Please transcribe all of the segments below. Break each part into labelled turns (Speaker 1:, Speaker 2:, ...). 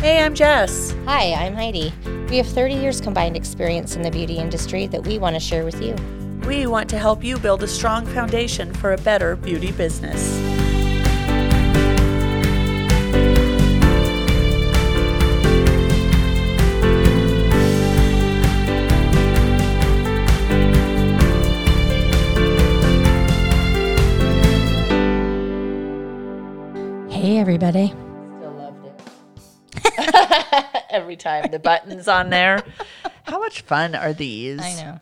Speaker 1: I'm Jess.
Speaker 2: Hi, I'm Heidi. We have 30 years combined experience in the beauty industry that we want to share with you.
Speaker 1: We want to help you build a strong foundation for a better beauty business.
Speaker 2: Hey, everybody.
Speaker 1: Still loved it. Every time the buttons on there. How much fun are these?
Speaker 2: I know.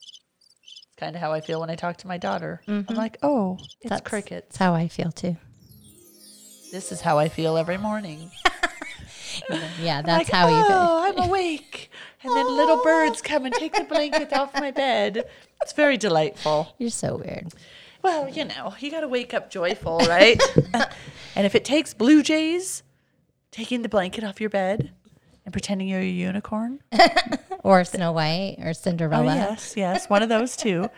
Speaker 1: It's kind of how I feel when I talk to my daughter. I'm like, oh, it's
Speaker 2: That's-
Speaker 1: crickets.
Speaker 2: That's how I feel too.
Speaker 1: This is how I feel every morning.
Speaker 2: Yeah,
Speaker 1: like,
Speaker 2: that's how you feel.
Speaker 1: oh, I'm awake. And then little birds come and take the blanket off my bed. It's very delightful.
Speaker 2: You're so weird.
Speaker 1: Well, you know, you got to wake up joyful, right? and if it takes blue jays taking the blanket off your bed and pretending you're a unicorn.
Speaker 2: Or Snow White or
Speaker 1: Oh,
Speaker 2: Cinderella.
Speaker 1: yes, yes, one of those two.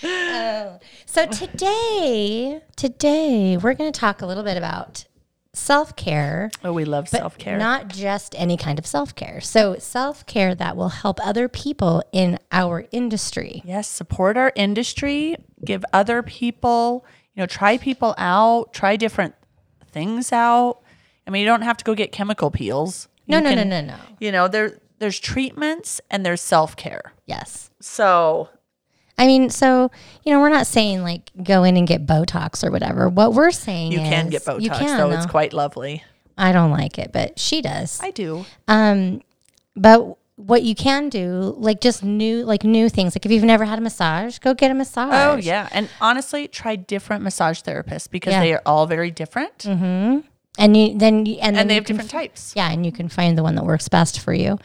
Speaker 2: So today, today we're going to talk a little bit about self-care.
Speaker 1: Oh, we love
Speaker 2: but
Speaker 1: self care.
Speaker 2: Not just any kind of self care. So, self care that will help other people in our industry.
Speaker 1: yes, support our industry, give other people, you know, try people out, try different things out. I mean, you don't have to go get chemical peels.
Speaker 2: No,
Speaker 1: You
Speaker 2: no,
Speaker 1: can-
Speaker 2: no, no, no.
Speaker 1: You know, there there's treatments and there's self care.
Speaker 2: Yes.
Speaker 1: So
Speaker 2: I mean, so, you know, we're not saying like go in and get Botox or whatever. What we're saying
Speaker 1: you
Speaker 2: is
Speaker 1: can get Botox,
Speaker 2: You can,
Speaker 1: though it's
Speaker 2: though.
Speaker 1: quite lovely.
Speaker 2: I don't like it, but she does.
Speaker 1: I do.
Speaker 2: Um, but what you can do, like just new, like new things. Like if you've never had a massage, go get a massage.
Speaker 1: Oh yeah, and honestly, try different massage therapists because
Speaker 2: Yeah. Mm-hmm.
Speaker 1: they are all very different,
Speaker 2: and you then you, and, then
Speaker 1: and they
Speaker 2: you
Speaker 1: have
Speaker 2: can
Speaker 1: different types.
Speaker 2: Yeah, and you can find the one that works best for you.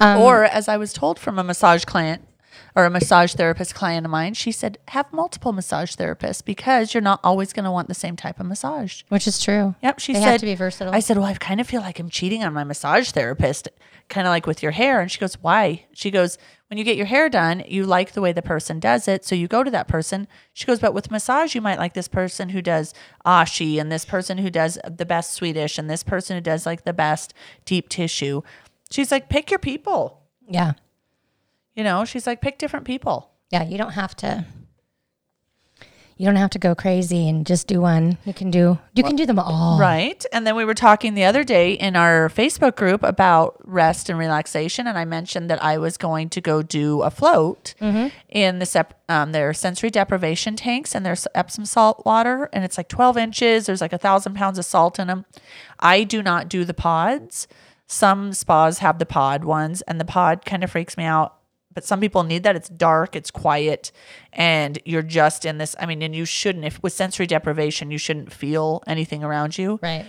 Speaker 1: or as I was told from a massage client or a massage therapist client of mine, she said have multiple massage therapists because you're not always going to want the same type of massage.
Speaker 2: Which is true.
Speaker 1: Yep, she
Speaker 2: They
Speaker 1: said
Speaker 2: have to be versatile.
Speaker 1: I said, "Well, I kind of feel like I'm cheating on my massage therapist, kind of like with your hair." And she goes, "Why?" She goes, "When you get your hair done, you like the way the person does it, so you go to that person." She goes, "But with massage, you might like this person who does ashi and this person who does the best Swedish and this person who does like the best deep tissue." She's like, "Pick your people."
Speaker 2: yeah.
Speaker 1: You know, she's like, "Pick different people."
Speaker 2: Yeah, you don't have to you don't have to go crazy and just do one. You can do you can do them all.
Speaker 1: Right. And then we were talking the other day in our Facebook group about rest and relaxation. And I mentioned that I was going to go do a float in the sep- um, their sensory deprivation tanks and there's Epsom salt water. And it's like 12 inches. There's like a thousand pounds of salt in them. I do not do the pods. Some spas have the pod ones, and the pod kind of freaks me out but some people need that. It's dark, it's quiet, and you're just in this. I mean, and you shouldn't, if with sensory deprivation, you shouldn't feel anything around you.
Speaker 2: Right.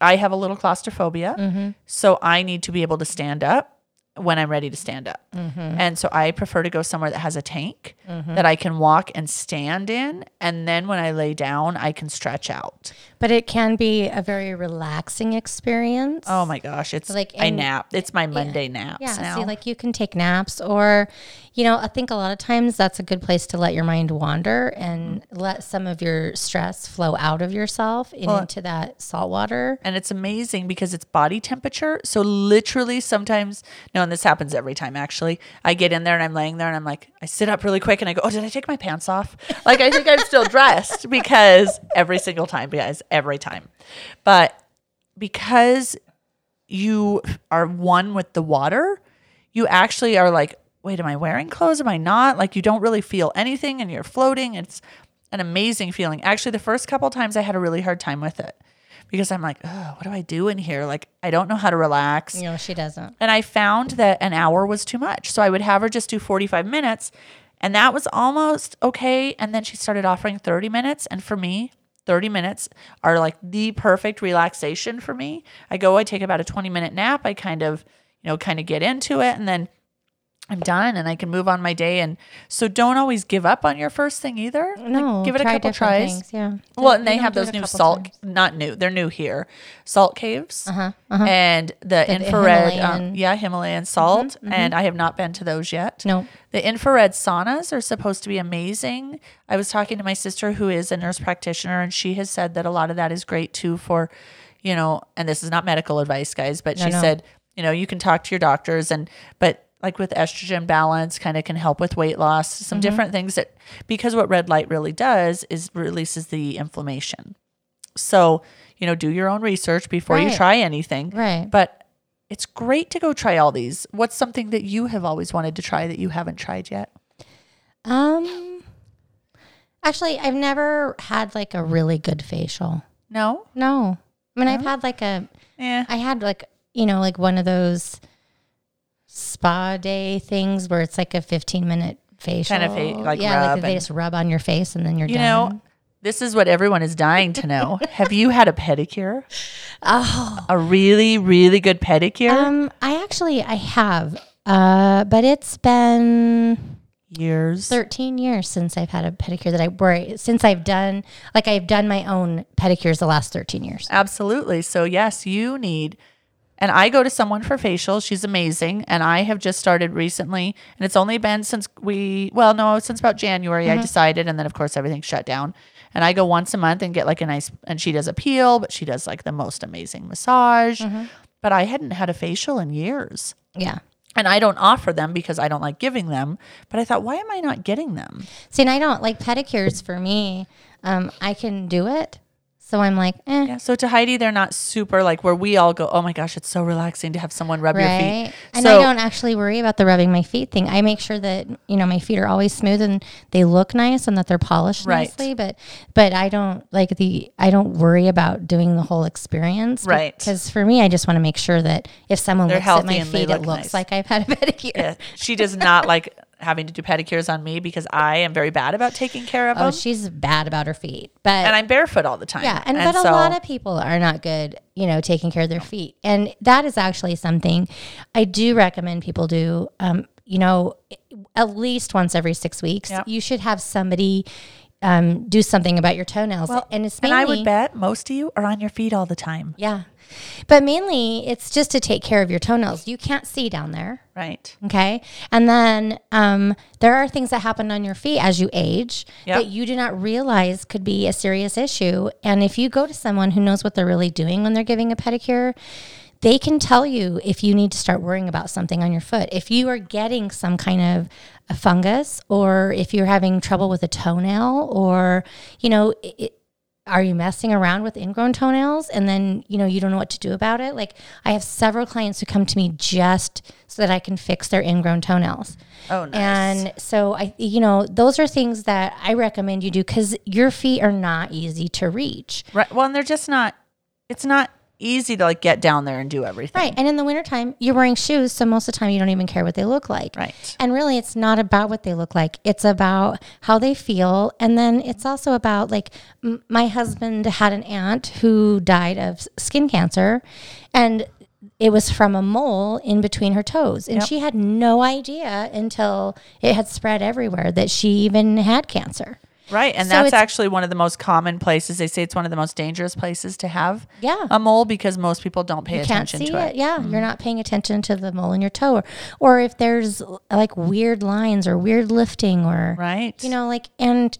Speaker 1: I have a little claustrophobia,
Speaker 2: Mm-hmm.
Speaker 1: so I need to be able to stand up when I'm ready to stand up.
Speaker 2: Mm-hmm.
Speaker 1: And so I prefer to go somewhere that has a tank that I can walk and stand in. And then when I lay down, I can stretch out.
Speaker 2: But it can be a very relaxing experience.
Speaker 1: Oh my gosh, it's
Speaker 2: Like
Speaker 1: like I
Speaker 2: in-
Speaker 1: nap. It's my Monday naps
Speaker 2: yeah,
Speaker 1: now.
Speaker 2: see, like you can take naps, or, you know, I think a lot of times that's a good place to let your mind wander and
Speaker 1: Mm-hmm.
Speaker 2: let some of your stress flow out of yourself and into that salt water.
Speaker 1: and it's amazing because it's body temperature. So literally sometimes no, and this happens every time actually. I get in there and I'm laying there and I'm like, I sit up really quick and I go, Oh, did I take my pants off? Like I think I'm still dressed because every single time, guys, every time. But because you are one with the water, you actually are like, wait, am I wearing clothes? Am I not? Like you don't really feel anything and you're floating. It's an amazing feeling. Actually, the first couple times I had a really hard time with it because I'm like, oh, what do I do in here? Like I don't know how to relax.
Speaker 2: You know, she doesn't.
Speaker 1: And I found that an hour was too much. So I would have her just do 45 minutes. And that was almost okay. And then she started offering 30 minutes. And for me, 30 minutes are like the perfect relaxation for me. I go, I take about a 20 minute nap. I kind of, you know, kind of get into it. And then I'm done and I can move on my day. And so don't always give up on your first thing either. Like,
Speaker 2: No,
Speaker 1: give it a
Speaker 2: try
Speaker 1: couple
Speaker 2: different
Speaker 1: tries.
Speaker 2: things, Yeah.
Speaker 1: Well, and
Speaker 2: You
Speaker 1: they
Speaker 2: know,
Speaker 1: have
Speaker 2: do it
Speaker 1: those
Speaker 2: a
Speaker 1: new
Speaker 2: couple
Speaker 1: salt,
Speaker 2: times. Uh-huh,
Speaker 1: not new, they're new here, salt caves and the,
Speaker 2: the
Speaker 1: infrared, um,
Speaker 2: Himalayan. Mm-hmm,
Speaker 1: yeah, Himalayan salt. And I have not been to those yet.
Speaker 2: No.
Speaker 1: The infrared saunas are supposed to be amazing. I was talking to my sister who is a nurse practitioner, and she has said that a lot of that is great too for, you know, and this is not medical advice, guys, but
Speaker 2: No,
Speaker 1: she
Speaker 2: no.
Speaker 1: said, you know, you can talk to your doctors and, but like with estrogen balance, kind of can help with weight loss,
Speaker 2: Mm-hmm.
Speaker 1: some different things that, because what red light really does is releases the inflammation. So, you know, do your own research before you
Speaker 2: Right.
Speaker 1: try anything.
Speaker 2: Right.
Speaker 1: But it's great to go try all these. What's something that you have always wanted to try that you haven't tried yet?
Speaker 2: Um, actually, I've never had like a really good facial.
Speaker 1: No? Eh,
Speaker 2: No, I mean, I've had like a,
Speaker 1: Yeah.
Speaker 2: I had like you know like one of those spa day things where it's like a fifteen minute facial,
Speaker 1: Kind of fa- like
Speaker 2: Oh, yeah,
Speaker 1: rub
Speaker 2: like they
Speaker 1: and-
Speaker 2: just rub on your face and then you're
Speaker 1: You
Speaker 2: done.
Speaker 1: know, this is what everyone is dying to know. have you had a pedicure?
Speaker 2: oh,
Speaker 1: A really, really good pedicure?
Speaker 2: um, I actually I have, uh, but it's been
Speaker 1: Years.
Speaker 2: 13 years since I've had a pedicure that I where since I've done like I've done my own pedicures the last 13 years.
Speaker 1: Absolutely. So, yes, you need. And I go to someone for facial. She's amazing. And I have just started recently. And it's only been since we, well, no, since about January, I decided. And then, of course, everything shut down. And I go once a month and get like a nice, and she does a peel, but she does like the most amazing massage. But I hadn't had a facial in years.
Speaker 2: Yeah.
Speaker 1: And I don't offer them because I don't like giving them. But I thought, why am I not getting them?
Speaker 2: See, and I don't like pedicures for me. Um, I can do it. So I'm like, eh,
Speaker 1: Yeah. So to Heidi, they're not super like where we all go, oh my gosh, it's so relaxing to have someone rub your
Speaker 2: right.
Speaker 1: feet.
Speaker 2: And
Speaker 1: so,
Speaker 2: I don't actually worry about the rubbing my feet thing. I make sure that, you know, my feet are always smooth and they look nice and that they're polished
Speaker 1: Right.
Speaker 2: nicely, but but I don't like the I don't worry about doing the whole experience.
Speaker 1: Right.
Speaker 2: Because for me I just want to make sure that if someone
Speaker 1: They're
Speaker 2: looks at
Speaker 1: healthy
Speaker 2: my
Speaker 1: and they
Speaker 2: feet, it
Speaker 1: look
Speaker 2: looks
Speaker 1: nice.
Speaker 2: like I've had a pedicure.
Speaker 1: Yeah, she does not like having to do pedicures on me because I am very bad about taking care of
Speaker 2: Oh,
Speaker 1: them,
Speaker 2: she's bad about her feet, but
Speaker 1: and I'm barefoot all the time.
Speaker 2: yeah, and, but a lot of people are not good, you know, taking care of their feet, and that is actually something I do recommend people do. Um, you know, at least once every six weeks,
Speaker 1: Yep.
Speaker 2: you should have somebody um, do something about your toenails, and it's
Speaker 1: and
Speaker 2: mainly,
Speaker 1: I would bet most of you are on your feet all the time,
Speaker 2: yeah, but mainly it's just to take care of your toenails. You can't see down there.
Speaker 1: right?
Speaker 2: Okay. And then um, there are things that happen on your feet as you age
Speaker 1: Yep.
Speaker 2: that you do not realize could be a serious issue. And if you go to someone who knows what they're really doing when they're giving a pedicure, they can tell you if you need to start worrying about something on your foot. If you are getting some kind of a fungus or if you're having trouble with a toenail or, you know, i i- are you messing around with ingrown toenails and then you know you don't know what to do about it like i have several clients who come to me just so that i can fix their ingrown toenails
Speaker 1: Oh, nice.
Speaker 2: and so i you know those are things that i recommend you do because your feet are not easy to reach
Speaker 1: right. Well, and they're just not. It's not easy to like get down there and do everything.
Speaker 2: right and in the wintertime you're wearing shoes so most of the time you don't even care what they look like
Speaker 1: Right.
Speaker 2: And really, it's not about what they look like. It's about how they feel. And then it's also about like m- my husband had an aunt who died of s- skin cancer, and it was from a mole in between her toes. And she had no idea until it had spread everywhere that she even had cancer.
Speaker 1: Right. And
Speaker 2: So
Speaker 1: that's
Speaker 2: it's-
Speaker 1: actually one of the most common places. They say it's one of the most dangerous places to have
Speaker 2: Yeah.
Speaker 1: a mole because most people don't pay
Speaker 2: can't
Speaker 1: attention
Speaker 2: see
Speaker 1: to it. Mm.
Speaker 2: it. Yeah, you're not paying attention to the mole in your toe, or, or if there's like weird lines or weird lifting or
Speaker 1: Right.
Speaker 2: You know, like, and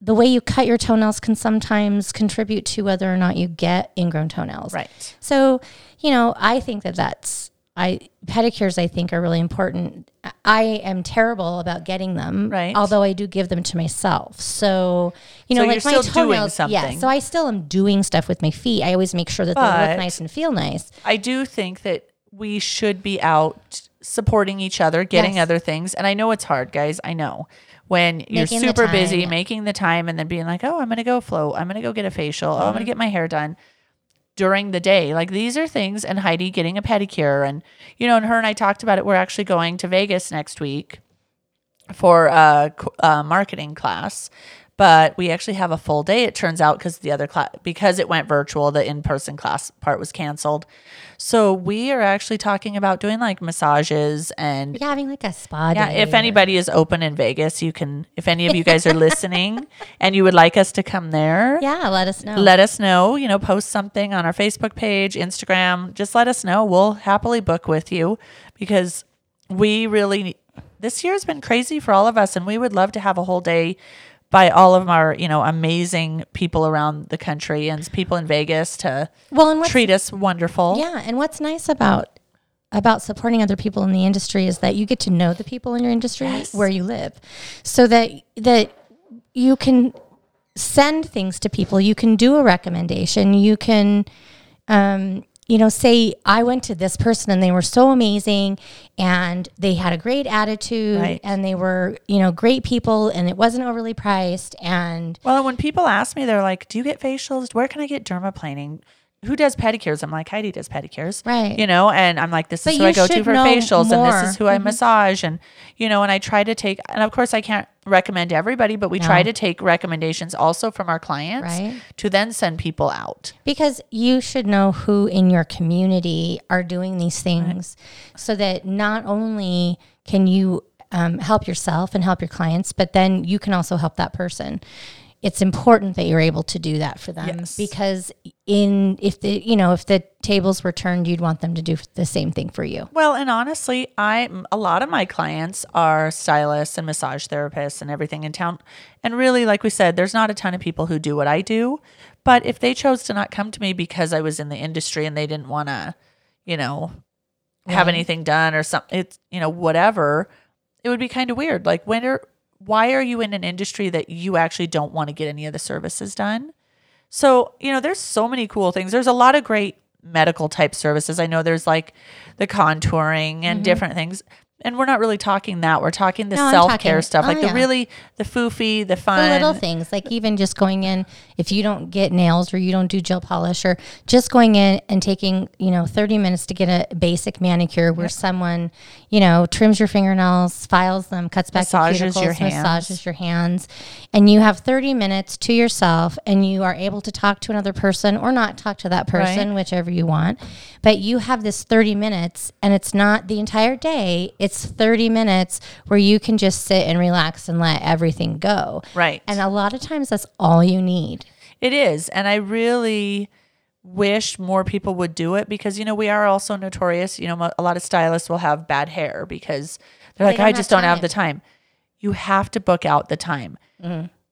Speaker 2: the way you cut your toenails can sometimes contribute to whether or not you get ingrown toenails.
Speaker 1: Right.
Speaker 2: So, you know, I think that that's, I, pedicures, I think, are really important. I am terrible about getting them,
Speaker 1: Right.
Speaker 2: Although I do give them to myself. So, you know,
Speaker 1: So
Speaker 2: like
Speaker 1: you're
Speaker 2: my
Speaker 1: still doing
Speaker 2: toenails, yeah.
Speaker 1: something.
Speaker 2: So I still am doing stuff with my feet. I always make sure that they
Speaker 1: But-
Speaker 2: look nice and feel nice.
Speaker 1: I do think that we should be out supporting each other, getting
Speaker 2: Yes.
Speaker 1: other things. And I know it's hard, guys. I know when you're
Speaker 2: Making the
Speaker 1: super
Speaker 2: time,
Speaker 1: busy,
Speaker 2: yeah.
Speaker 1: making the time, and then being like, oh, I'm going to go float. I'm going to go get a facial. Oh, I'm
Speaker 2: Mm-hmm.
Speaker 1: going to get my hair done during the day. Like these are things, and Heidi getting a pedicure. And, you know, and her and I talked about it. We're actually going to Vegas next week for a, c- a marketing class. But we actually have a full day. It turns out because the other class, because it went virtual, the in-person class part was canceled. So we are actually talking about doing like massages and
Speaker 2: Yeah, having like a spa
Speaker 1: yeah.
Speaker 2: day.
Speaker 1: If anybody is open in Vegas, you can. If any of you guys are listening and you would like us to come there,
Speaker 2: yeah, let us know.
Speaker 1: let us know. You know, post something on our Facebook page, Instagram. Just let us know. We'll happily book with you because we really this year has been crazy for all of us, and we would love to have a whole day by all of our, you know, amazing people around the country and people in Vegas to
Speaker 2: Well, and what's
Speaker 1: treat us wonderful.
Speaker 2: Yeah, and what's nice about about supporting other people in the industry is that you get to know the people in your industry where you live, so that that you can send things to people. You can do a recommendation. You can. Um, you know, say I went to this person and they were so amazing and they had a great attitude
Speaker 1: Right.
Speaker 2: and they were, you know, great people and it wasn't overly priced and
Speaker 1: Well, and when people ask me, they're like, "Do you get facials? Where can I get dermaplaning? Who does pedicures?" I'm like, "Heidi does pedicures,
Speaker 2: Right.
Speaker 1: You know." And I'm like, "This
Speaker 2: But
Speaker 1: is who I
Speaker 2: you
Speaker 1: go to
Speaker 2: should
Speaker 1: for
Speaker 2: know
Speaker 1: facials, and this is who
Speaker 2: more. Mm-hmm.
Speaker 1: I massage, and you know." And I try to take, and of course, I can't recommend everybody, but we try to take recommendations also from our clients
Speaker 2: Right.
Speaker 1: to then send people out.
Speaker 2: Because you should know who in your community are doing these things so that not only can you um, help yourself and help your clients, but then you can also help that person. It's important that you're able to do that for them
Speaker 1: Yes.
Speaker 2: because in if the you know if the tables were turned, you'd want them to do the same thing for you.
Speaker 1: Well, and honestly, I a lot of my clients are stylists and massage therapists and everything in town. And really, like we said, there's not a ton of people who do what I do. But if they chose to not come to me because I was in the industry and they didn't want to, you know, have anything done or something, it's you know whatever, it would be kind of weird. Like when are why are you in an industry that you actually don't want to get any of the services done? So, you know, there's so many cool things. There's a lot of great medical type services. I know there's like the contouring and different things. And we're not really talking that. We're talking the
Speaker 2: Mm-hmm. No, I'm
Speaker 1: self care
Speaker 2: talking-
Speaker 1: stuff,
Speaker 2: oh,
Speaker 1: like the
Speaker 2: yeah.
Speaker 1: really the foofy, the fun.
Speaker 2: The little things like even just going in if you don't get nails or you don't do gel polish or just going in and taking you know 30 minutes to get a basic manicure where someone you know trims your fingernails files them cuts back the
Speaker 1: Massages your
Speaker 2: cuticles,
Speaker 1: hands.
Speaker 2: massages your hands and you have 30 minutes to yourself and you are able to talk to another person or not talk to that person whichever you want but you have this 30 minutes and it's not the entire day it's 30 minutes where you can just sit and relax and let everything go
Speaker 1: Right.
Speaker 2: and a lot of times that's all you need.
Speaker 1: It is. And I really wish more people would do it because, you know, we are also notorious. You know, mo- a lot of stylists will have bad hair because they're like,
Speaker 2: don't
Speaker 1: I
Speaker 2: have
Speaker 1: just don't have
Speaker 2: time."
Speaker 1: the time. Mm-hmm. You have to book out the time.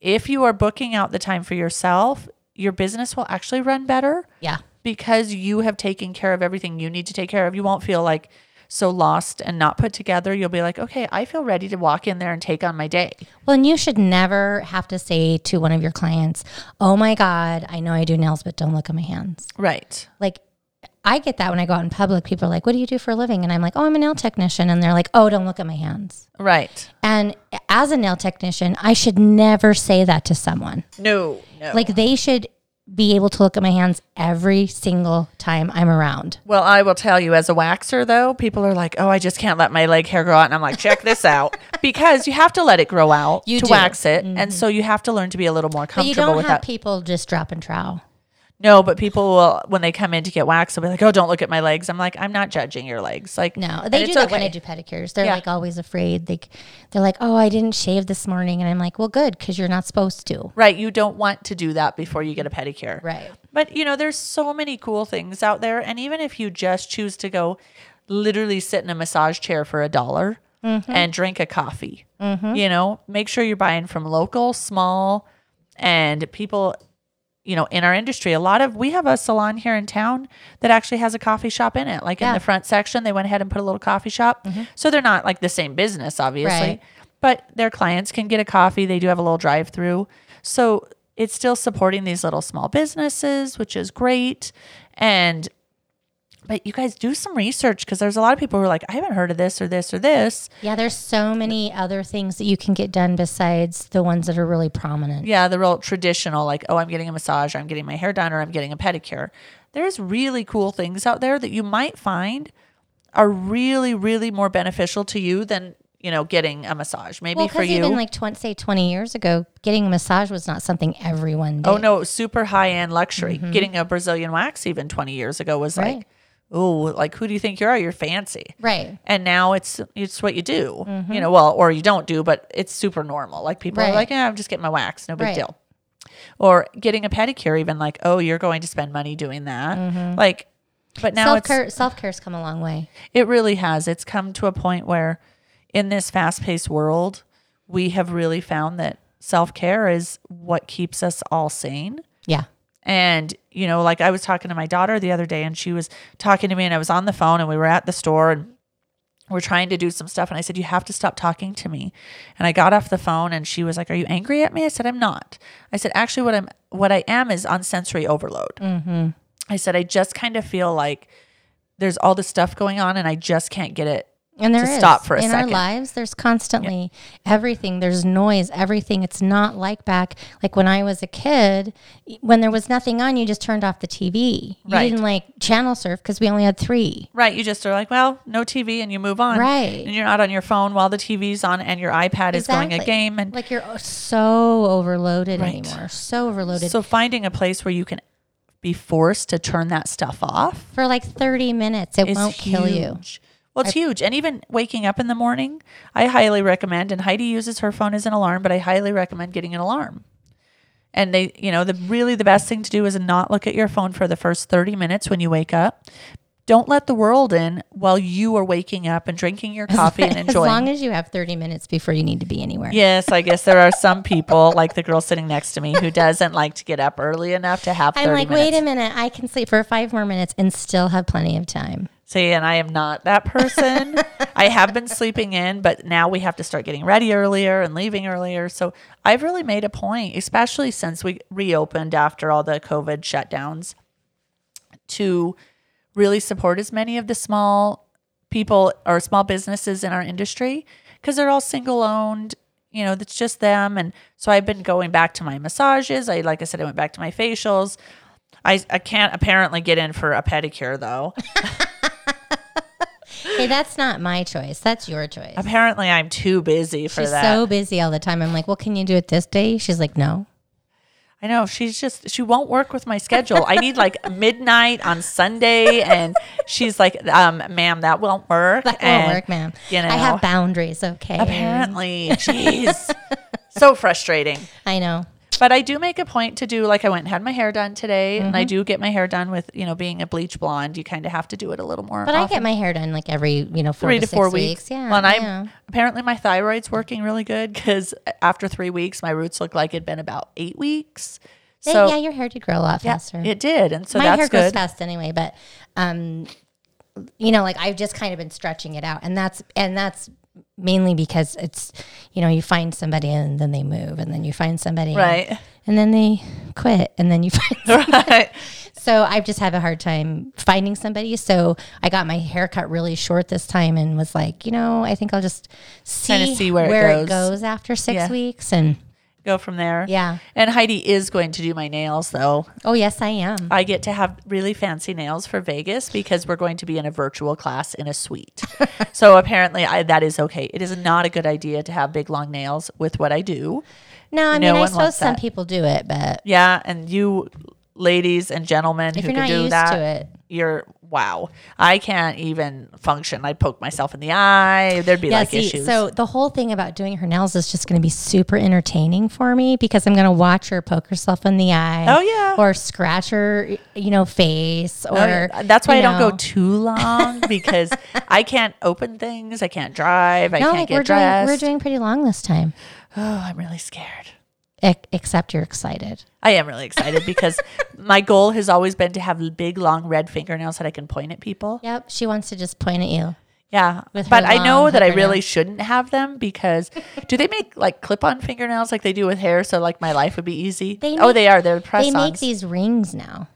Speaker 1: If you are booking out the time for yourself, your business will actually run better
Speaker 2: Yeah.
Speaker 1: because you have taken care of everything you need to take care of. You won't feel like so lost and not put together. You'll be like, okay, I feel ready to walk in there and take on my day.
Speaker 2: Well, and you should never have to say to one of your clients, Oh my God, I know I do nails, but don't look at my hands.
Speaker 1: Right.
Speaker 2: Like, I get that when I go out in public. People are like, What do you do for a living? And I'm like, Oh, I'm a nail technician. And they're like, Oh, don't look at my hands.
Speaker 1: Right.
Speaker 2: And as a nail technician, I should never say that to someone.
Speaker 1: No, no.
Speaker 2: Like, they should be able to look at my hands every single time I'm around.
Speaker 1: Well, I will tell you, as a waxer, though, people are like, "Oh, I just can't let my leg hair grow out," and I'm like, "Check this out," because you have to let it grow out
Speaker 2: You
Speaker 1: to
Speaker 2: do. Mm-hmm.
Speaker 1: wax it, and so you have to learn to be a little more
Speaker 2: But you
Speaker 1: comfortable
Speaker 2: don't
Speaker 1: with
Speaker 2: have
Speaker 1: that.
Speaker 2: people just drop and trowel.
Speaker 1: no, but people will, when they come in to get waxed, they'll be like, "Oh, don't look at my legs." I'm like, "I'm not judging your legs." Like,
Speaker 2: No,
Speaker 1: and
Speaker 2: they
Speaker 1: it's
Speaker 2: do that when I
Speaker 1: okay.
Speaker 2: do pedicures. They're
Speaker 1: Yeah.
Speaker 2: like always afraid. Like they're like, "Oh, I didn't shave this morning," and I'm like, "Well, good, because you're not supposed to."
Speaker 1: Right, you don't want to do that before you get a pedicure.
Speaker 2: Right.
Speaker 1: But you know, there's so many cool things out there, and even if you just choose to go, literally sit in a massage chair for a dollar and drink a coffee, you know, make sure you're buying from local, small, and people. You know, in our industry, a lot of we have a salon here in town that actually has a coffee shop in it. Like in the front section, they went ahead and put a little coffee shop. So they're not like the same business, obviously
Speaker 2: Right.
Speaker 1: but their clients can get a coffee. They do have a little drive through. So it's still supporting these little small businesses, which is great. And, but you guys do some research because there's a lot of people who are like, I haven't heard of this or this or this.
Speaker 2: Yeah, there's so many other things that you can get done besides the ones that are really prominent.
Speaker 1: Yeah, the real traditional, like, oh, I'm getting a massage, or I'm getting my hair done, or I'm getting a pedicure. There's really cool things out there that you might find are really, really more beneficial to you than, you know, getting a massage. Maybe
Speaker 2: Well,
Speaker 1: for
Speaker 2: because
Speaker 1: you.
Speaker 2: even like 20, say twenty years ago, getting a massage was not something everyone did.
Speaker 1: Oh no, super high end luxury.
Speaker 2: Mm-hmm.
Speaker 1: Getting a Brazilian wax even 20 years ago was like,
Speaker 2: Right.
Speaker 1: oh, like who do you think you are? You're fancy.
Speaker 2: right?
Speaker 1: And now it's it's what you do.
Speaker 2: Mm-hmm.
Speaker 1: You know, well, or you don't do, but it's super normal. Like people are
Speaker 2: Right.
Speaker 1: like, yeah, I'm just getting my wax, no big
Speaker 2: Right.
Speaker 1: deal. Or getting a pedicure, even like, oh, you're going to spend money doing that.
Speaker 2: Mm-hmm.
Speaker 1: Like, but now
Speaker 2: Self
Speaker 1: it's
Speaker 2: care, self care's come a long way.
Speaker 1: it really has. It's come to a point where in this fast paced world, we have really found that self care is what keeps us all sane.
Speaker 2: Yeah.
Speaker 1: And, you know, like I was talking to my daughter the other day and she was talking to me and I was on the phone and we were at the store and we're trying to do some stuff. And I said, You have to stop talking to me. And I got off the phone and she was like, Are you angry at me? I said, I'm not. I said, Actually, what I'm what I am is on sensory overload.
Speaker 2: Mm-hmm.
Speaker 1: I said, I just kind of feel like there's all this stuff going on and I just can't get it.
Speaker 2: And there
Speaker 1: to
Speaker 2: is-
Speaker 1: stop for a
Speaker 2: in
Speaker 1: second.
Speaker 2: our lives. There's constantly everything. There's noise. Everything. It's not like back like when I was a kid, y- when there was nothing on, you just turned off the TV. You
Speaker 1: Right.
Speaker 2: didn't like channel surf because we only had three.
Speaker 1: Right. You just are like, Well, no TV and you move on.
Speaker 2: Right.
Speaker 1: And you're not on your phone while the TV's on and your iPad is going a
Speaker 2: Exactly.
Speaker 1: game and
Speaker 2: Like you're uh, so overloaded
Speaker 1: Right.
Speaker 2: anymore. So overloaded.
Speaker 1: So finding a place where you can be forced to turn that stuff off
Speaker 2: for like 30 minutes, it
Speaker 1: is
Speaker 2: won't
Speaker 1: huge.
Speaker 2: kill you.
Speaker 1: Well, it's huge. And even waking up in the morning, I highly recommend, and Heidi uses her phone as an alarm, but I highly recommend getting an alarm. And they, you know, the really the best thing to do is not look at your phone for the first 30 minutes when you wake up. Don't let the world in while you are waking up and drinking your coffee and
Speaker 2: As
Speaker 1: enjoying.
Speaker 2: long as you have 30 minutes before you need to be anywhere.
Speaker 1: yes, I guess there are some people, like the girl sitting next to me, who doesn't like to get up early enough to have 30
Speaker 2: I'm like,
Speaker 1: minutes.
Speaker 2: wait a minute. I can sleep for five more minutes and still have plenty of time.
Speaker 1: See, and I am not that person. I have been sleeping in, but now we have to start getting ready earlier and leaving earlier. So I've really made a point, especially since we reopened after all the COVID shutdowns, to really support as many of the small people or small businesses in our industry because they're all single owned. You know, that's just them. And so I've been going back to my massages. I, like I said, I went back to my facials. I, I can't apparently get in for a pedicure though.
Speaker 2: Hey, that's not my choice. That's your choice.
Speaker 1: Apparently, I'm too busy for
Speaker 2: She's
Speaker 1: that.
Speaker 2: so busy all the time. I'm like, well, can you do it this day? She's like, no.
Speaker 1: I know she's just she won't work with my schedule. I need like midnight on Sunday, and she's like, "Um, ma'am, that won't work.
Speaker 2: That
Speaker 1: And
Speaker 2: won't work, ma'am.
Speaker 1: eh, you know.
Speaker 2: I have boundaries. Okay.
Speaker 1: Apparently, jeez, so frustrating.
Speaker 2: I know.
Speaker 1: But I do make a point to do like I went and had my hair done today, and
Speaker 2: Mm-hmm.
Speaker 1: I do get my hair done with you know being a bleach blonde, you kind of have to do it a little more.
Speaker 2: But I
Speaker 1: often.
Speaker 2: get my hair done like every, you know, four
Speaker 1: three to
Speaker 2: to,
Speaker 1: four
Speaker 2: six
Speaker 1: weeks.
Speaker 2: weeks. Yeah.
Speaker 1: Well, and
Speaker 2: I
Speaker 1: I'm
Speaker 2: know.
Speaker 1: apparently my thyroid's working really good because after three weeks, my roots look like it'd been about eight weeks.
Speaker 2: Yeah,
Speaker 1: So
Speaker 2: yeah, your hair did grow a lot faster.
Speaker 1: It did, and so
Speaker 2: my
Speaker 1: that's
Speaker 2: hair grows
Speaker 1: good.
Speaker 2: fast anyway, but um, you know, like I've just kind of been stretching it out, and that's and that's mainly because it's you know you find somebody and then they move, and then you find somebody
Speaker 1: Right.
Speaker 2: and then they quit, and then you find.
Speaker 1: right.
Speaker 2: so I just have a hard time finding somebody. So I got my hair cut really short this time, and was like, you know, I think I'll just
Speaker 1: Kinda
Speaker 2: see,
Speaker 1: see where it goes.
Speaker 2: after six
Speaker 1: Yeah.
Speaker 2: weeks, and
Speaker 1: Go from there.
Speaker 2: Yeah.
Speaker 1: And Heidi is going to do my nails though.
Speaker 2: oh yes, I am.
Speaker 1: I get to have really fancy nails for Vegas because we're going to be in a virtual class in a suite. so apparently I, that is okay. It is not a good idea to have big long nails with what I do.
Speaker 2: No, I
Speaker 1: No
Speaker 2: mean I
Speaker 1: one
Speaker 2: suppose
Speaker 1: wants
Speaker 2: some
Speaker 1: that.
Speaker 2: people do it, but
Speaker 1: Yeah, and you ladies and gentlemen
Speaker 2: if
Speaker 1: who
Speaker 2: you're
Speaker 1: can
Speaker 2: not
Speaker 1: do
Speaker 2: used
Speaker 1: that,
Speaker 2: to it.
Speaker 1: you're wow. I can't even function. I'd poke myself in the eye. There'd be like issues.
Speaker 2: So the whole thing about doing her nails is just going to be super entertaining for me because I'm going to watch her poke herself in the eye.
Speaker 1: Oh, yeah.
Speaker 2: or scratch her, you know, face. Or
Speaker 1: Oh, yeah. that's why
Speaker 2: you
Speaker 1: I don't go
Speaker 2: know.
Speaker 1: too long because I can't open things. I can't drive. I
Speaker 2: no,
Speaker 1: can't
Speaker 2: like
Speaker 1: get
Speaker 2: we're doing,
Speaker 1: dressed.
Speaker 2: we're doing pretty long this time.
Speaker 1: oh, I'm really scared.
Speaker 2: E- except you're excited.
Speaker 1: I am really excited because my goal has always been to have big, long red fingernails that I can point at people.
Speaker 2: Yep, she wants to just point at you.
Speaker 1: Yeah.
Speaker 2: With her
Speaker 1: But I know
Speaker 2: long
Speaker 1: that I
Speaker 2: fingernail.
Speaker 1: really shouldn't have them because do they make like clip on fingernails like they do with hair? So, like, my life would be easy.
Speaker 2: They
Speaker 1: oh,
Speaker 2: make-
Speaker 1: they are. They're press
Speaker 2: they make
Speaker 1: ons.
Speaker 2: these rings now.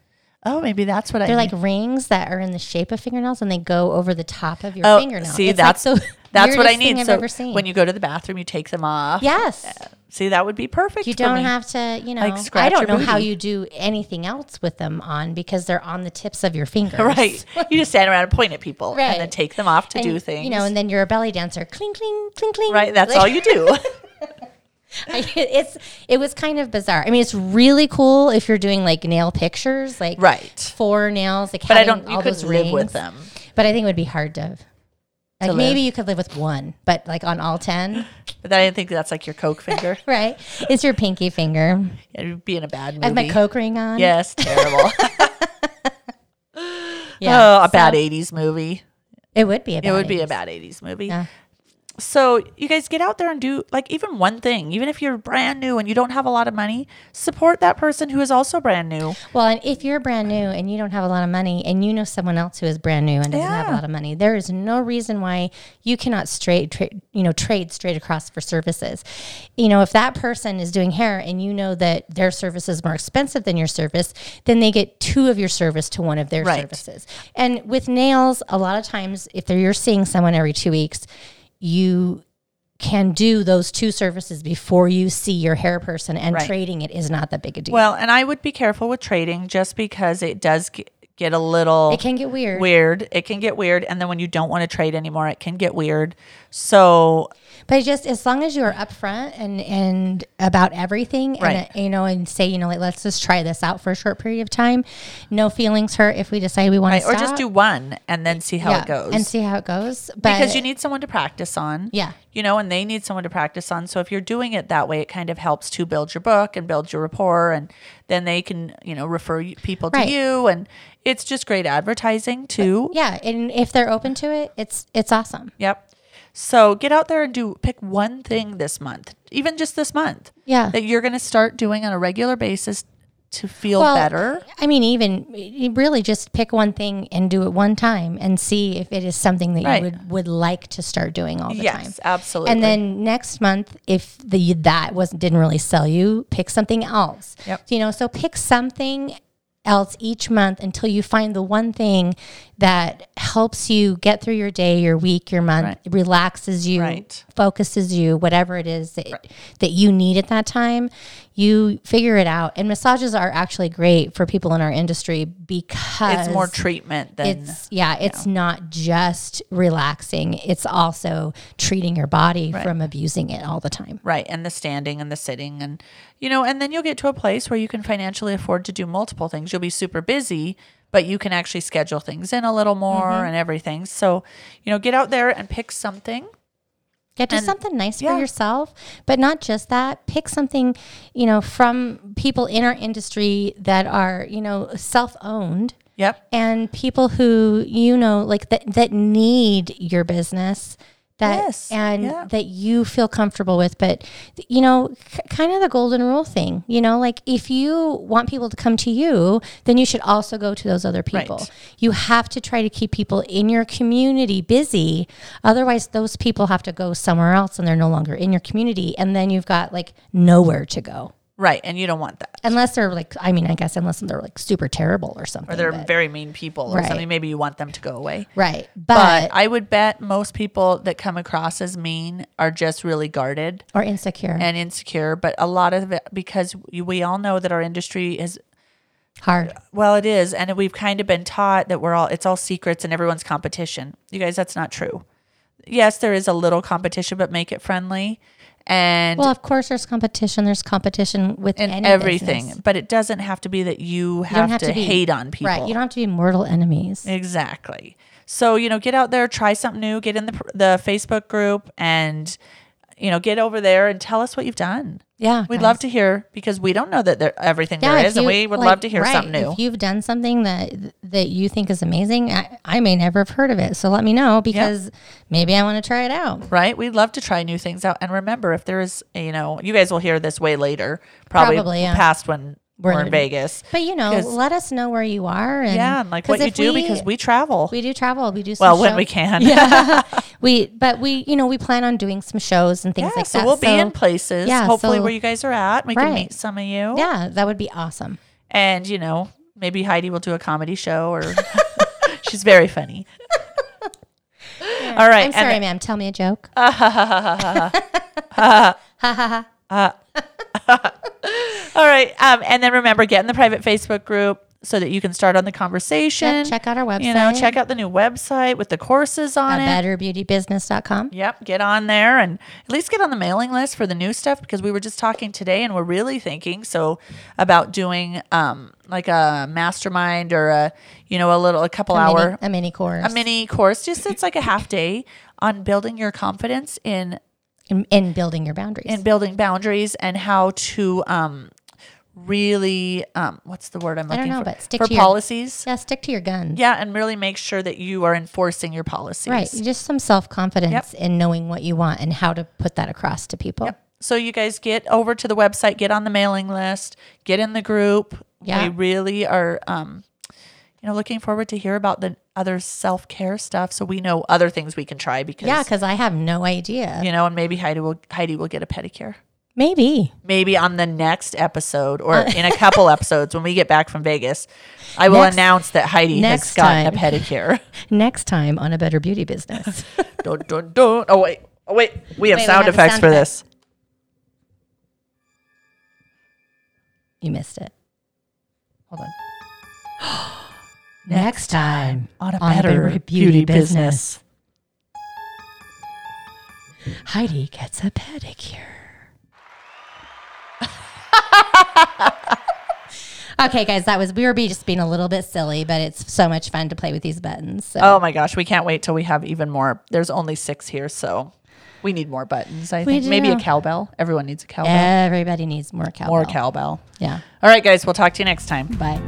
Speaker 1: oh, maybe that's what I
Speaker 2: They're
Speaker 1: need.
Speaker 2: like rings that are in the shape of fingernails, and they go over the top of your
Speaker 1: Oh,
Speaker 2: fingernail.
Speaker 1: see,
Speaker 2: It's
Speaker 1: that's
Speaker 2: like the
Speaker 1: that's what I
Speaker 2: weirdest
Speaker 1: need.
Speaker 2: Thing I've
Speaker 1: so
Speaker 2: ever seen.
Speaker 1: when you go to the bathroom, you take them off.
Speaker 2: yes,
Speaker 1: See, that would be perfect.
Speaker 2: You
Speaker 1: for
Speaker 2: don't
Speaker 1: me.
Speaker 2: have to, you know.
Speaker 1: Like,
Speaker 2: I
Speaker 1: scratch
Speaker 2: don't
Speaker 1: your
Speaker 2: know how
Speaker 1: booty.
Speaker 2: you do anything else with them on because they're on the tips of your fingers,
Speaker 1: Right. You just stand around and point at people and then
Speaker 2: Right.
Speaker 1: take them off to
Speaker 2: And,
Speaker 1: do things.
Speaker 2: you know, and then you're a belly dancer, cling, cling, cling, cling.
Speaker 1: right. That's all you do.
Speaker 2: it's it was kind of bizarre. I mean, it's really cool if you're doing like nail pictures, like
Speaker 1: right.
Speaker 2: four nails, like
Speaker 1: But I
Speaker 2: having
Speaker 1: don't, you
Speaker 2: all
Speaker 1: could
Speaker 2: those
Speaker 1: live with
Speaker 2: rings.
Speaker 1: them.
Speaker 2: But I think it would be hard to. Like
Speaker 1: live.
Speaker 2: maybe you could live with one, but like on all ten,
Speaker 1: But then I think that's like your Coke finger.
Speaker 2: right? It's your pinky finger.
Speaker 1: It'd be in a bad movie.
Speaker 2: I have my coke ring on.
Speaker 1: Yes. Terrible.
Speaker 2: yeah.
Speaker 1: Oh, a bad
Speaker 2: So
Speaker 1: 80s movie.
Speaker 2: It would be a bad.
Speaker 1: Oh, It would be a
Speaker 2: eight.
Speaker 1: bad 80s movie.
Speaker 2: Yeah.
Speaker 1: So you guys get out there and do like even one thing, even if you're brand new and you don't have a lot of money, support that person who is also brand new.
Speaker 2: Well, and if you're brand new and you don't have a lot of money and you know someone else who is brand new and doesn't have a
Speaker 1: Yeah.
Speaker 2: lot of money, there is no reason why you cannot straight tra- you know trade straight across for services. You know, if that person is doing hair and you know that their service is more expensive than your service, then they get two of your service to one of their
Speaker 1: Right.
Speaker 2: services. And with nails, a lot of times if they're, you're seeing someone every 2 weeks, you can do those two services before you see your hair person and
Speaker 1: Right.
Speaker 2: trading it is not that big a deal.
Speaker 1: Well, and I would be careful with trading just because it does g- get a little
Speaker 2: it can get weird.
Speaker 1: weird. It can get weird. And then when you don't want to trade anymore, it can get weird. So,
Speaker 2: But just as long as you are upfront and and about everything,
Speaker 1: Right.
Speaker 2: and uh, you know, and say you know, like let's just try this out for a short period of time. No feelings hurt if we decide we want
Speaker 1: right,
Speaker 2: to,
Speaker 1: or just do one and then see how
Speaker 2: yeah,
Speaker 1: it goes.
Speaker 2: and see how it goes. But
Speaker 1: because you need someone to practice on.
Speaker 2: Yeah.
Speaker 1: You know, and they need someone to practice on. So if you're doing it that way, it kind of helps to build your book and build your rapport. And then they can, you know, refer you- people
Speaker 2: Right.
Speaker 1: to you. And it's just great advertising too.
Speaker 2: yeah, and if they're open to it, it's it's awesome.
Speaker 1: Yep. So get out there and do pick one thing this month, even just this month,
Speaker 2: Yeah.
Speaker 1: that you're going to start doing on a regular basis to feel
Speaker 2: Well,
Speaker 1: better.
Speaker 2: I mean, even you really just pick one thing and do it one time and see if it is something that
Speaker 1: Right.
Speaker 2: you would, would like to start doing all the time.
Speaker 1: Yes, absolutely.
Speaker 2: And then next month, if the that was didn't really sell you, pick something else.
Speaker 1: Yep.
Speaker 2: You know, so pick something else each month until you find the one thing that helps you get through your day, your week, your month,
Speaker 1: Right.
Speaker 2: relaxes you,
Speaker 1: Right.
Speaker 2: focuses you, whatever it is that that you need at that time, you figure it out. And massages are actually great for people in our industry because
Speaker 1: it's more treatment than
Speaker 2: it's yeah it's not just relaxing it's also treating your body from abusing it all the time
Speaker 1: Right. And the standing and the sitting. And, you know, and then you'll get to a place where you can financially afford to do multiple things. You'll be super busy, but you can actually schedule things in a little more
Speaker 2: Mm-hmm.
Speaker 1: and everything. So, you know, get out there and pick something.
Speaker 2: yeah do
Speaker 1: And-
Speaker 2: something nice
Speaker 1: yeah.
Speaker 2: for yourself but not just that pick something you know from people in our industry that are you know self-owned
Speaker 1: Yep.
Speaker 2: and people who you know like that that need your business that
Speaker 1: Yes,
Speaker 2: and
Speaker 1: yeah.
Speaker 2: that you feel comfortable with but you know k kind of the golden rule thing you know like if you want people to come to you then you should also go to those other people
Speaker 1: Right.
Speaker 2: you have to try to keep people in your community busy otherwise those people have to go somewhere else and they're no longer in your community and then you've got like nowhere to go
Speaker 1: Right. And you don't want that.
Speaker 2: unless they're like i mean i guess unless they're like super terrible or something
Speaker 1: Or they're
Speaker 2: but-
Speaker 1: very mean people or
Speaker 2: Right.
Speaker 1: something. Maybe you want them to go away.
Speaker 2: right
Speaker 1: But
Speaker 2: but
Speaker 1: I would bet most people that come across as mean are just really guarded.
Speaker 2: or insecure
Speaker 1: And insecure, but a lot of it because we all know that our industry is
Speaker 2: hard
Speaker 1: Well, it is, and we've kind of been taught that we're all it's all secrets and everyone's competition. You guys, that's not true. Yes, there is a little competition, but make it friendly and
Speaker 2: well of course there's competition there's competition within
Speaker 1: and everything. But it doesn't have to be that you have,
Speaker 2: have
Speaker 1: to,
Speaker 2: to be-
Speaker 1: hate on people.
Speaker 2: right you don't have to be mortal enemies
Speaker 1: Exactly. So you know, get out there, try something new, get in the pr- the Facebook group, and you know, get over there and tell us what you've done.
Speaker 2: yeah
Speaker 1: We'd
Speaker 2: guys.
Speaker 1: love to hear because we don't know that there, everything there
Speaker 2: if
Speaker 1: is, and
Speaker 2: you-
Speaker 1: we would
Speaker 2: like,
Speaker 1: love to hear
Speaker 2: right,
Speaker 1: something new.
Speaker 2: if you've done something that that you think is amazing I, I may never have heard of it so let me know because maybe i want to try it out
Speaker 1: right? We'd love to try new things out. And remember, if there is, you know, you guys will hear this way later, probably,
Speaker 2: Probably, yeah.
Speaker 1: past when
Speaker 2: We're
Speaker 1: we're,
Speaker 2: in-
Speaker 1: in Vegas.
Speaker 2: but you know
Speaker 1: 'Cause-
Speaker 2: let us know where you are and
Speaker 1: Yeah, and like
Speaker 2: 'cause
Speaker 1: what you
Speaker 2: if
Speaker 1: do because we travel.
Speaker 2: we do travel we do some
Speaker 1: well, when
Speaker 2: show-
Speaker 1: we can.
Speaker 2: yeah we but we you know we plan on doing some shows and things
Speaker 1: Yeah,
Speaker 2: like
Speaker 1: so
Speaker 2: that
Speaker 1: we'll be in places,
Speaker 2: yeah,
Speaker 1: hopefully
Speaker 2: so-
Speaker 1: where you guys are at. We
Speaker 2: Right.
Speaker 1: can meet some of you,
Speaker 2: yeah that would be awesome
Speaker 1: and you know, maybe Heidi will do a comedy show, or she's very funny. All right, and
Speaker 2: I'm sorry,
Speaker 1: the-
Speaker 2: ma'am. Tell me a joke.
Speaker 1: all right, um, and then remember, get in the private Facebook group so that you can start on the conversation.
Speaker 2: Yep, check out our website.
Speaker 1: You know, check out the new website with the courses on it.
Speaker 2: betterbeautybusiness.com.
Speaker 1: Yep, get on there and at least get on the mailing list for the new stuff because we were just talking today and we're really thinking so about doing um like a mastermind or a you know a little a couple
Speaker 2: A
Speaker 1: hour
Speaker 2: mini, a mini course
Speaker 1: a mini course just it's like a half day on building your confidence in
Speaker 2: in, in building your boundaries.
Speaker 1: in building boundaries and how to um really um, what's the word I'm
Speaker 2: I
Speaker 1: looking
Speaker 2: don't know,
Speaker 1: for
Speaker 2: but stick
Speaker 1: for
Speaker 2: to your-
Speaker 1: policies.
Speaker 2: Yeah, stick to your guns.
Speaker 1: Yeah, and really make sure that you are enforcing your policies.
Speaker 2: Right. Just some self confidence in knowing what you want and how to put that across to people.
Speaker 1: So you guys get over to the website, get on the mailing list, get in the group.
Speaker 2: Yeah.
Speaker 1: We really are um you know looking forward to hear about the other self-care stuff so we know other things we can try because
Speaker 2: Yeah, because I have no idea.
Speaker 1: you know, and maybe Heidi will Heidi will get a pedicure.
Speaker 2: Maybe.
Speaker 1: Maybe on the next episode or
Speaker 2: Uh,
Speaker 1: in a couple episodes when we get back from Vegas, I will
Speaker 2: Next-
Speaker 1: announce that Heidi has
Speaker 2: next
Speaker 1: gotten a
Speaker 2: time.
Speaker 1: pedicure.
Speaker 2: Next time on a better beauty business.
Speaker 1: dun, dun, dun. Oh wait, oh wait, we have
Speaker 2: Wait, we
Speaker 1: sound
Speaker 2: have a
Speaker 1: effects
Speaker 2: sound
Speaker 1: for
Speaker 2: effect.
Speaker 1: this.
Speaker 2: you missed it.
Speaker 1: Hold on.
Speaker 2: Next time
Speaker 1: On a better, beauty, business.
Speaker 2: Heidi gets a pedicure. okay, guys, that was we were be just being a little bit silly, but it's so much fun to play with these buttons. So
Speaker 1: Oh my gosh, we can't wait till we have even more. There's only six here, so we need more buttons. I think maybe a
Speaker 2: do.
Speaker 1: cowbell. Everyone needs a cowbell.
Speaker 2: everybody needs more cowbell.
Speaker 1: More cowbell.
Speaker 2: Yeah.
Speaker 1: All right, guys, we'll talk to you next time.
Speaker 2: Bye.